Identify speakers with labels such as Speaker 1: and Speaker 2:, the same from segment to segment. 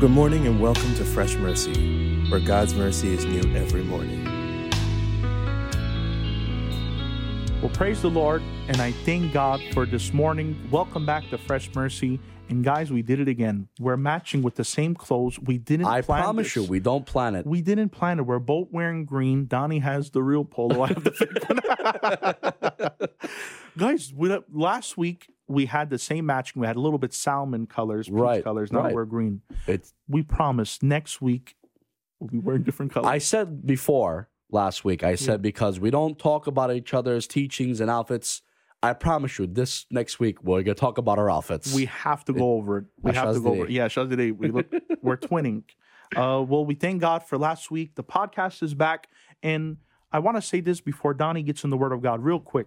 Speaker 1: Good morning and welcome to Fresh Mercy, where God's mercy is new every morning.
Speaker 2: Well, praise the Lord, and I thank God for this morning. Welcome back to Fresh Mercy. And guys, we did it again. We're matching with the same clothes. We didn't
Speaker 3: I
Speaker 2: plan
Speaker 3: promise
Speaker 2: this.
Speaker 3: you, we don't plan it.
Speaker 2: We didn't plan it. We're both wearing green. Donnie has the real polo. I have the fake one. Guys, we, last week we had the same matching. We had a little bit salmon colors, peach
Speaker 3: Right,
Speaker 2: colors. Now
Speaker 3: right.
Speaker 2: we're green.
Speaker 3: It's,
Speaker 2: We promise next week we'll be wearing different colors.
Speaker 3: I said before last week, I said because we don't talk about each other's teachings and outfits. I promise you, this next week we're gonna talk about our outfits.
Speaker 2: We have to go over it. We
Speaker 3: Ah,
Speaker 2: have to
Speaker 3: Shaz
Speaker 2: go over it.
Speaker 3: Dede.
Speaker 2: Yeah, Shaz Dede, we look, we're twinning. Uh, well, we thank God for last week. The podcast is back. And I want to say this before Donnie gets in the Word of God, real quick.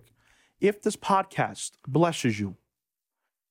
Speaker 2: If this podcast blesses you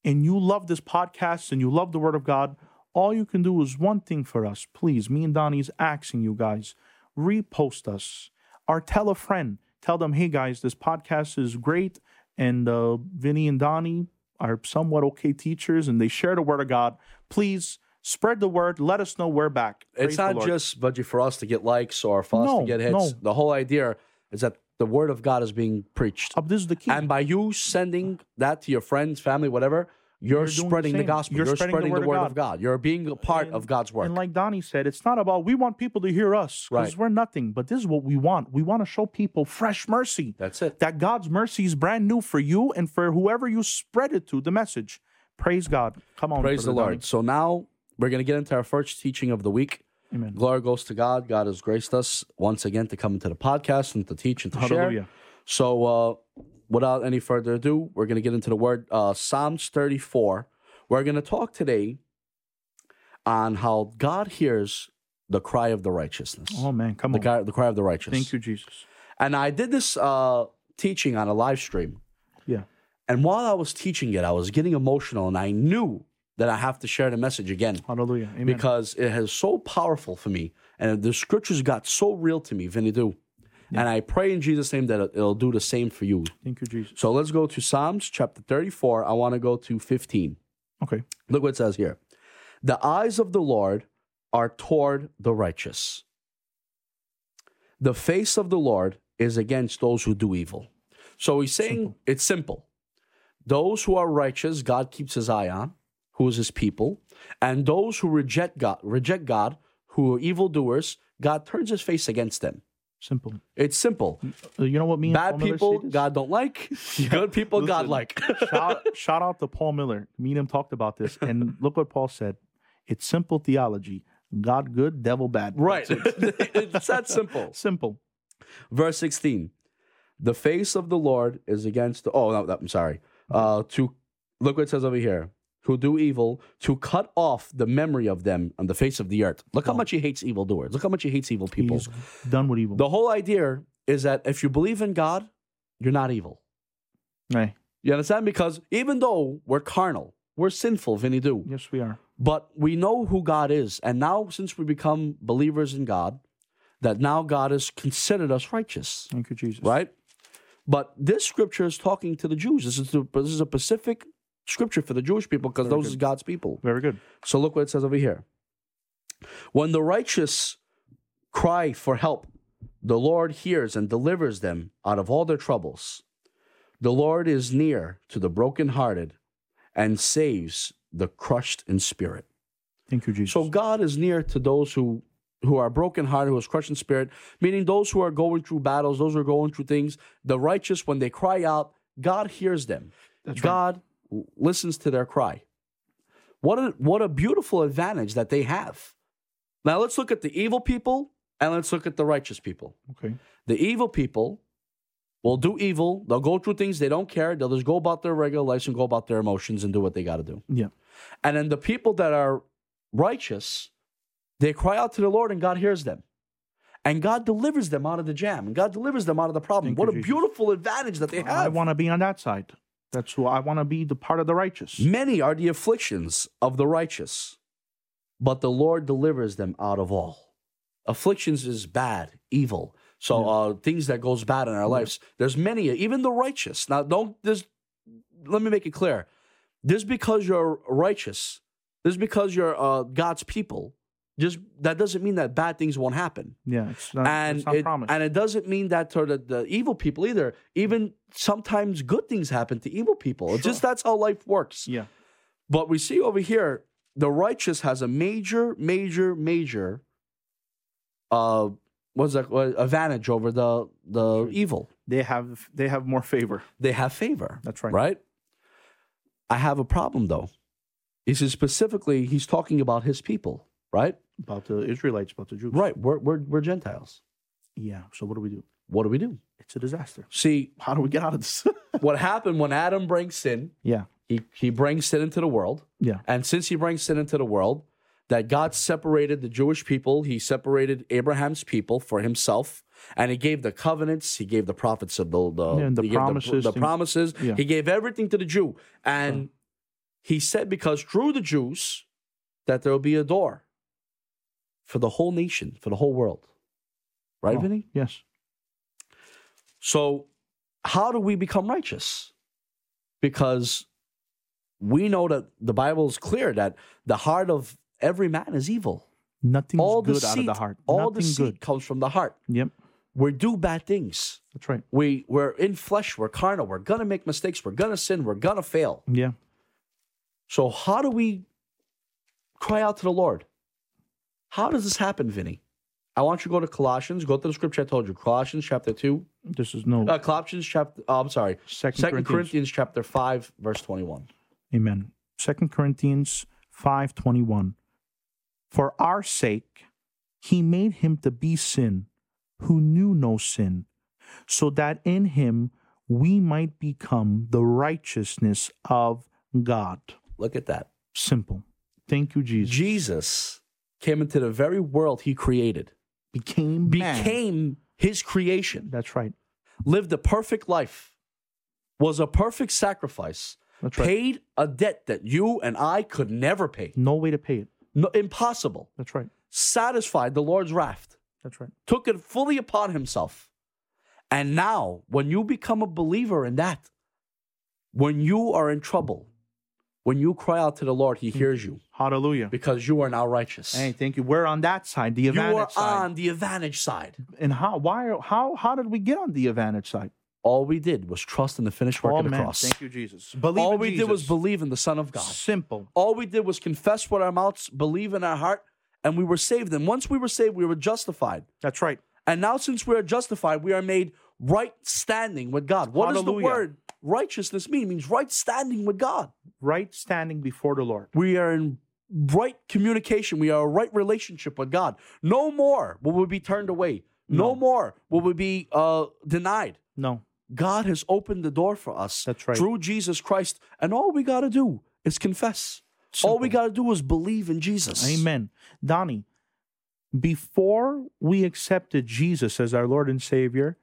Speaker 2: and you love this podcast and you love the Word of God, all you can do is one thing for us. Please, me and Donnie's asking you guys repost us or tell a friend. Tell them, hey guys, this podcast is great. And uh, Vinny and Donnie are somewhat okay teachers and they share the word of God. Please spread the word. Let us know we're back. Praise
Speaker 3: it's
Speaker 2: the
Speaker 3: not
Speaker 2: Lord.
Speaker 3: just budget for us to get likes or for us
Speaker 2: No,
Speaker 3: to get hits.
Speaker 2: no.
Speaker 3: The whole idea is that the word of God is being preached,
Speaker 2: Uh, this is the key.
Speaker 3: and by you sending that to your friends, family, whatever, you're,
Speaker 2: doing the
Speaker 3: spreading the,
Speaker 2: same.
Speaker 3: gospel.
Speaker 2: You're
Speaker 3: You're,
Speaker 2: spreading
Speaker 3: spreading,
Speaker 2: the
Speaker 3: the, word of God. You're being a part of God's work.
Speaker 2: and like Donnie said, it's not about we want people to hear us because
Speaker 3: Right.
Speaker 2: we're nothing, but this is what we want. We want to show people fresh mercy.
Speaker 3: That's it.
Speaker 2: That God's mercy is brand new for you and for whoever you spread it to, the message. Praise God. Come on.
Speaker 3: Praise the
Speaker 2: Brother
Speaker 3: Lord.
Speaker 2: Donnie.
Speaker 3: So now we're going to get into our first teaching of the week.
Speaker 2: Amen.
Speaker 3: Glory goes to God. God has graced us once again to come into the podcast and to teach and to
Speaker 2: Hallelujah.
Speaker 3: share. So uh, without any further ado, we're going to get into the word uh, Psalms 34. We're going to talk today on how God hears the cry of the righteousness.
Speaker 2: Oh, man. Come
Speaker 3: the,
Speaker 2: on.
Speaker 3: cry, the cry of the righteous.
Speaker 2: Thank you, Jesus.
Speaker 3: And I did this uh, teaching on a live stream.
Speaker 2: Yeah.
Speaker 3: And while I was teaching it, I was getting emotional and I knew that I have to share the message again
Speaker 2: Hallelujah. Amen.
Speaker 3: because it has so powerful for me and the scriptures got so real to me, Vinny do. And I pray in Jesus' name that it'll do the same for you.
Speaker 2: Thank you, Jesus.
Speaker 3: So let's go to Psalms chapter 34. I want to go to 15.
Speaker 2: Okay.
Speaker 3: Look what it says here. The eyes of the Lord are toward the righteous. The face of the Lord is against those who do evil. So he's saying it's simple. Those who are righteous, God keeps his eye on, who is his people, and those who reject God, reject God, who are evildoers, God turns his face against them.
Speaker 2: Simple.
Speaker 3: It's simple.
Speaker 2: Uh, you know what me and
Speaker 3: Bad
Speaker 2: Paul Miller
Speaker 3: people,
Speaker 2: say this?
Speaker 3: God don't like. Good people, God
Speaker 2: Listen,
Speaker 3: like.
Speaker 2: shout, shout out to Paul Miller. Me and him talked about this, and look what Paul said. It's simple theology. God good, devil bad.
Speaker 3: right.
Speaker 2: That's it.
Speaker 3: it's that simple.
Speaker 2: Simple.
Speaker 3: Verse 16. The face of the Lord is against the oh no, that- I'm sorry. Uh to look what it says over here. Who do evil to cut off the memory of them on the face of the earth. Look how much he hates evildoers. Look how much he hates evil people.
Speaker 2: He's done with evil.
Speaker 3: The whole idea is that if you believe in God, you're not evil.
Speaker 2: Aye.
Speaker 3: You understand? Because even though we're carnal, we're sinful, Vinny do.
Speaker 2: Yes, we are.
Speaker 3: But we know who God is. And now, since we become believers in God, that now God has considered us righteous
Speaker 2: Thank you, Jesus.
Speaker 3: right? But this scripture is talking to the Jews. This is, the, this is a specific scripture for the Jewish people because those is God's people.
Speaker 2: Very good.
Speaker 3: So look what it says over here. When the righteous cry for help, the Lord hears and delivers them out of all their troubles. The Lord is near to the brokenhearted and saves the crushed in spirit.
Speaker 2: Thank you, Jesus.
Speaker 3: So God is near to those who who are brokenhearted, who is crushed in spirit, meaning those who are going through battles, those who are going through things. The righteous, when they cry out, God hears them. God l- listens to their cry. What a what a beautiful advantage that they have. Now let's look at the evil people and let's look at the righteous people.
Speaker 2: okay.
Speaker 3: The evil people will do evil. They'll go through things they don't care. They'll just go about their regular lives and go about their emotions and do what they got to do.
Speaker 2: Yeah.
Speaker 3: And then the people that are righteous, they cry out to the Lord and God hears them. And God delivers them out of the jam and God delivers them out of the problem.
Speaker 2: Thank
Speaker 3: what
Speaker 2: you,
Speaker 3: a
Speaker 2: Jesus.
Speaker 3: beautiful advantage that they have.
Speaker 2: I want to be on that side. That's who I want to be. The part of the righteous.
Speaker 3: Many are the afflictions of the righteous, but the Lord delivers them out of all. Afflictions is bad, evil. So uh, things that goes bad in our lives. There's many, even the righteous. Now, don't this. Let me make it clear. This because you're righteous. This because you're uh, God's people. Just that doesn't mean that bad things won't happen
Speaker 2: Yeah, it's not,
Speaker 3: and
Speaker 2: it's not
Speaker 3: it,
Speaker 2: promised.
Speaker 3: and it doesn't mean that to the, the evil people either. Even sometimes good things happen to evil people. It's just that's how life works.
Speaker 2: yeah,
Speaker 3: But we see over here the righteous has a major, major, major uh what's that what, advantage over the the evil.
Speaker 2: they have they have more favor.
Speaker 3: They have favor.
Speaker 2: That's right.
Speaker 3: Right? I have a problem though. He says specifically he's talking about his people, right?
Speaker 2: About the Israelites, about the Jews.
Speaker 3: Right. We're we're, we're Gentiles.
Speaker 2: Yeah. So what do we do?
Speaker 3: What do we do?
Speaker 2: It's a disaster.
Speaker 3: See,
Speaker 2: How do we get out of this?
Speaker 3: what happened when Adam brings sin,
Speaker 2: yeah.
Speaker 3: he, he brings sin into the world.
Speaker 2: Yeah.
Speaker 3: And since he brings sin into the world, that God separated the Jewish people, he separated Abraham's people for himself, and he gave the covenants, he gave the prophets of the, the,
Speaker 2: Yeah, and the
Speaker 3: he gave
Speaker 2: promises,
Speaker 3: the,
Speaker 2: things-
Speaker 3: promises,
Speaker 2: Yeah.
Speaker 3: he gave everything to the Jew. And he said, because through the Jews, that there will be a door for the whole nation, for the whole world. Right,
Speaker 2: Oh,
Speaker 3: Vinny?
Speaker 2: Yes.
Speaker 3: So, how do we become righteous? Because we know that the Bible is clear that the heart of every man is evil.
Speaker 2: Nothing's
Speaker 3: all
Speaker 2: good
Speaker 3: deceit,
Speaker 2: out of the heart.
Speaker 3: all
Speaker 2: Nothing
Speaker 3: deceit
Speaker 2: good.
Speaker 3: comes from the heart.
Speaker 2: Yep.
Speaker 3: We do bad things.
Speaker 2: That's right.
Speaker 3: We we're in flesh. We're carnal. We're gonna make mistakes. We're gonna sin. We're gonna fail.
Speaker 2: Yeah.
Speaker 3: So how do we cry out to the Lord? How does this happen, Vinny? I want you to go to Colossians. Go to the scripture I told you. Colossians chapter two.
Speaker 2: This is no
Speaker 3: Uh, Colossians chapter. oh, I'm sorry.
Speaker 2: second,
Speaker 3: Second Corinthians.
Speaker 2: Corinthians.
Speaker 3: chapter five, verse twenty-one.
Speaker 2: Amen. Second Corinthians five twenty one. For our sake, he made him to be sin, who knew no sin, so that in him we might become the righteousness of God.
Speaker 3: Look at that.
Speaker 2: Simple. Thank you, Jesus.
Speaker 3: Jesus came into the very world he created,
Speaker 2: became man.
Speaker 3: became his creation,
Speaker 2: That's right.
Speaker 3: lived a perfect life, was a perfect sacrifice,
Speaker 2: That's right.
Speaker 3: paid a debt that you and I could never pay.
Speaker 2: No way to pay it.
Speaker 3: No, impossible.
Speaker 2: That's right.
Speaker 3: Satisfied the Lord's wrath,
Speaker 2: That's right.
Speaker 3: took it fully upon himself. And now, when you become a believer in that, when you are in trouble, when you cry out to the Lord,
Speaker 2: Hmm.
Speaker 3: he hears you.
Speaker 2: Hallelujah.
Speaker 3: because you are now righteous.
Speaker 2: Hey, thank you. We're on that side, the
Speaker 3: you are
Speaker 2: advantage side.
Speaker 3: on the advantage side.
Speaker 2: and how? Why? are- How? How did we get on the advantage side?
Speaker 3: All we did was trust in the finished work
Speaker 2: Oh,
Speaker 3: of the
Speaker 2: man.
Speaker 3: cross.
Speaker 2: Thank you, Jesus. Believe
Speaker 3: All
Speaker 2: in
Speaker 3: we
Speaker 2: Jesus.
Speaker 3: did was believe in the Son of God.
Speaker 2: Simple.
Speaker 3: All we did was confess with our mouths, believe in our heart, and we were saved. And once we were saved, we were justified.
Speaker 2: That's right.
Speaker 3: And now, since we are justified, we are made right standing with God. What does
Speaker 2: Hallelujah.
Speaker 3: the word righteousness mean? It means right standing with God.
Speaker 2: Right standing before the Lord.
Speaker 3: We are in right communication. We are a right relationship with God. No more will we be turned away. No,
Speaker 2: No.
Speaker 3: more will we be uh, denied.
Speaker 2: No,
Speaker 3: God has opened the door for us
Speaker 2: That's right.
Speaker 3: through Jesus Christ. And all we got to do is confess. All we got to do is believe in Jesus.
Speaker 2: Amen. Donnie, before we accepted Jesus as our Lord and Savior,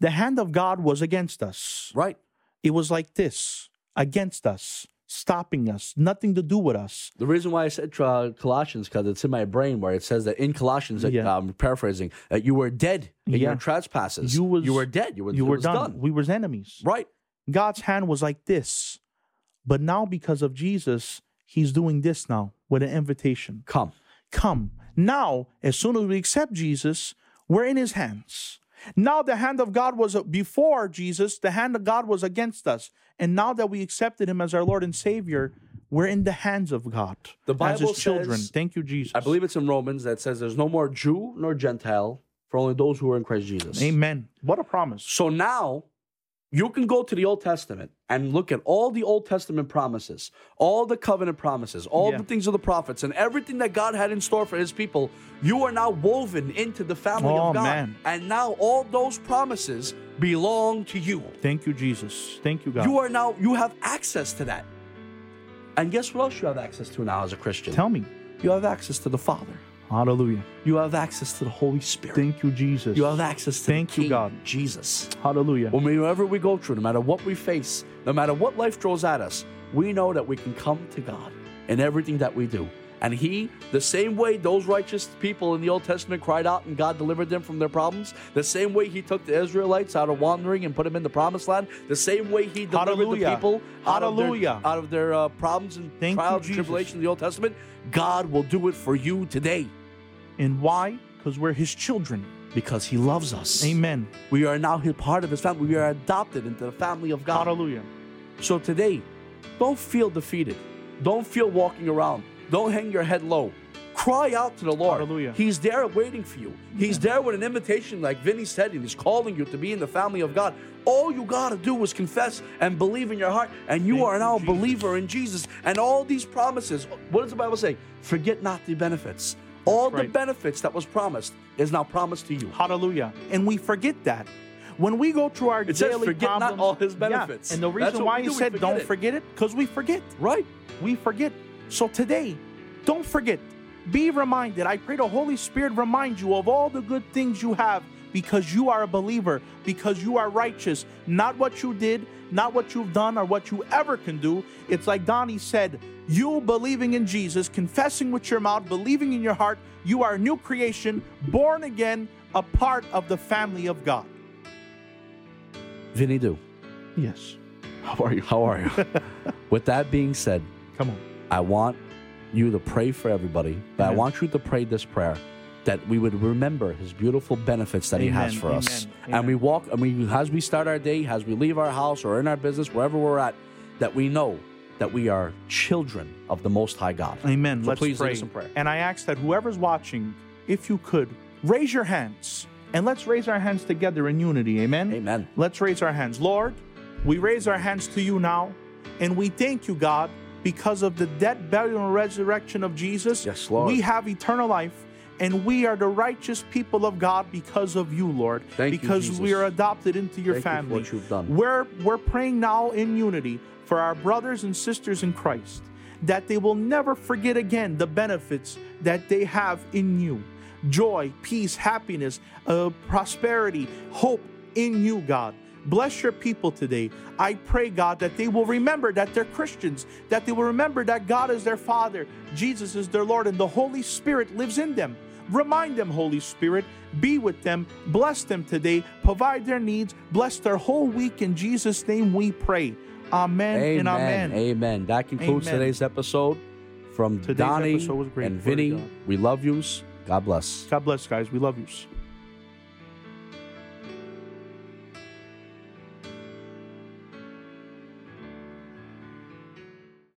Speaker 2: the hand of God was against us.
Speaker 3: Right.
Speaker 2: It was like this against us, stopping us, nothing to do with us.
Speaker 3: The reason why I said uh, Colossians, because it's in my brain where it says that in Colossians, that,
Speaker 2: Yeah.
Speaker 3: um, paraphrasing, that you were dead in
Speaker 2: Yeah.
Speaker 3: your trespasses.
Speaker 2: You was-
Speaker 3: were dead. You were,
Speaker 2: You
Speaker 3: it
Speaker 2: were
Speaker 3: was
Speaker 2: done. We were enemies.
Speaker 3: Right.
Speaker 2: God's hand was like this. But now, because of Jesus, He's doing this now with an invitation.
Speaker 3: Come.
Speaker 2: Come. Now, as soon as we accept Jesus, we're in His hands. Now, the hand of God was uh, before Jesus, the hand of God was against us. And now that we accepted Him as our Lord and Savior, we're in the hands of God.
Speaker 3: The
Speaker 2: as His
Speaker 3: Bible
Speaker 2: children.
Speaker 3: says-
Speaker 2: Thank you, Jesus.
Speaker 3: I believe it's in Romans that says there's no more Jew nor Gentile for only those who are in Christ Jesus.
Speaker 2: Amen. What a promise.
Speaker 3: So now you can go to the Old Testament and look at all the Old Testament promises, all the covenant promises, all
Speaker 2: Yeah.
Speaker 3: the things of the prophets, and everything that God had in store for his people. You are now woven into the family
Speaker 2: Oh,
Speaker 3: of God.
Speaker 2: man.
Speaker 3: And now all those promises belong to you.
Speaker 2: Thank you, Jesus. Thank you, God.
Speaker 3: You are now, you have access to that. And guess what else you have access to now as a Christian?
Speaker 2: Tell me.
Speaker 3: you have access to the Father.
Speaker 2: Hallelujah.
Speaker 3: You have access to the Holy Spirit.
Speaker 2: Thank you, Jesus.
Speaker 3: you have access to the
Speaker 2: Thank you,
Speaker 3: King,
Speaker 2: God.
Speaker 3: Jesus.
Speaker 2: Hallelujah.
Speaker 3: When we- Whenever we go through, no matter what we face, no matter what life throws at us, we know that we can come to God in everything that we do. And he, the same way those righteous people in the Old Testament cried out and God delivered them from their problems, the same way he took the Israelites out of wandering and put them in the promised land, the same way he delivered
Speaker 2: Hallelujah.
Speaker 3: the people out
Speaker 2: Hallelujah.
Speaker 3: of their, out of their uh, problems and
Speaker 2: Thank you,
Speaker 3: trials and
Speaker 2: Jesus.
Speaker 3: tribulations in the Old Testament, God will do it for you today
Speaker 2: And why? Because we're his children.
Speaker 3: because he loves us.
Speaker 2: Amen.
Speaker 3: We are now his part of his family. We are adopted into the family of God.
Speaker 2: Hallelujah.
Speaker 3: So today, don't feel defeated. Don't feel walking around. Don't hang your head low. Cry out to the Lord.
Speaker 2: Hallelujah.
Speaker 3: He's there waiting for you. He's there with an invitation, like Vinny said, and he's calling you to be in the family of God. All you got to do is confess and believe in your heart, and you
Speaker 2: Thank
Speaker 3: are
Speaker 2: you,
Speaker 3: now a
Speaker 2: Jesus.
Speaker 3: believer in Jesus. And all these promises, what does the Bible say? Forget not the benefits. All the
Speaker 2: right.
Speaker 3: benefits that was promised is now promised to you.
Speaker 2: Hallelujah. And we forget that. When we go through our
Speaker 3: It says,
Speaker 2: daily
Speaker 3: "Forget not
Speaker 2: problems-
Speaker 3: all his
Speaker 2: Yeah,
Speaker 3: benefits."
Speaker 2: And the
Speaker 3: That's
Speaker 2: reason
Speaker 3: what
Speaker 2: why
Speaker 3: we
Speaker 2: he
Speaker 3: do, we
Speaker 2: said
Speaker 3: forget
Speaker 2: don't
Speaker 3: it."
Speaker 2: forget it, because we forget.
Speaker 3: Right?
Speaker 2: We forget. So today, don't forget. Be reminded. I pray the Holy Spirit remind you of all the good things you have because you are a believer, because you are righteous. Not what you did, not what you've done, or what you ever can do. It's like Donnie said you believing in Jesus, confessing with your mouth, believing in your heart, you are a new creation, born again, a part of the family of God.
Speaker 3: Vinny, do.
Speaker 2: Yes.
Speaker 3: How are you? How are you? With that being said,
Speaker 2: Come on.
Speaker 3: I want you to pray for everybody, but I
Speaker 2: Amen.
Speaker 3: want you to pray this prayer that we would remember his beautiful benefits that he has
Speaker 2: Amen,
Speaker 3: for us.
Speaker 2: amen,
Speaker 3: And we walk, I mean, as we start our day, as we leave our house or in our business, wherever we're at, that we know that we are children of the Most High God.
Speaker 2: Amen.
Speaker 3: So
Speaker 2: Let's
Speaker 3: please lead
Speaker 2: pray.
Speaker 3: us in prayer.
Speaker 2: And I ask that whoever's watching, if you could, raise your hands and let's raise our hands together in unity. Amen.
Speaker 3: Amen.
Speaker 2: Let's raise our hands. Lord, we raise our hands to you now and we thank you, God, because of the death, burial, and resurrection of Jesus.
Speaker 3: Yes, Lord.
Speaker 2: We have eternal life and we are the righteous people of God because of you, Lord.
Speaker 3: Thank you,
Speaker 2: because we
Speaker 3: Jesus.
Speaker 2: are adopted into your
Speaker 3: Thank you for
Speaker 2: family.
Speaker 3: what you've done.
Speaker 2: We're we're praying now in unity for our brothers and sisters in Christ that they will never forget again the benefits that they have in you. Joy, peace, happiness, uh, prosperity, hope in you, God. Bless your people today. I pray, God, that they will remember that they're Christians, that they will remember that God is their Father, Jesus is their Lord, and the Holy Spirit lives in them. Remind them, Holy Spirit, be with them, bless them today, provide their needs, bless their whole week. In Jesus' name we pray. Amen, and amen.
Speaker 3: Amen. That concludes
Speaker 2: Amen.
Speaker 3: today's episode. From
Speaker 2: Today's
Speaker 3: Donnie
Speaker 2: episode was great.
Speaker 3: and
Speaker 2: Glory to
Speaker 3: Vinny,
Speaker 2: God.
Speaker 3: we love yous. God bless.
Speaker 2: God bless, guys. We love you.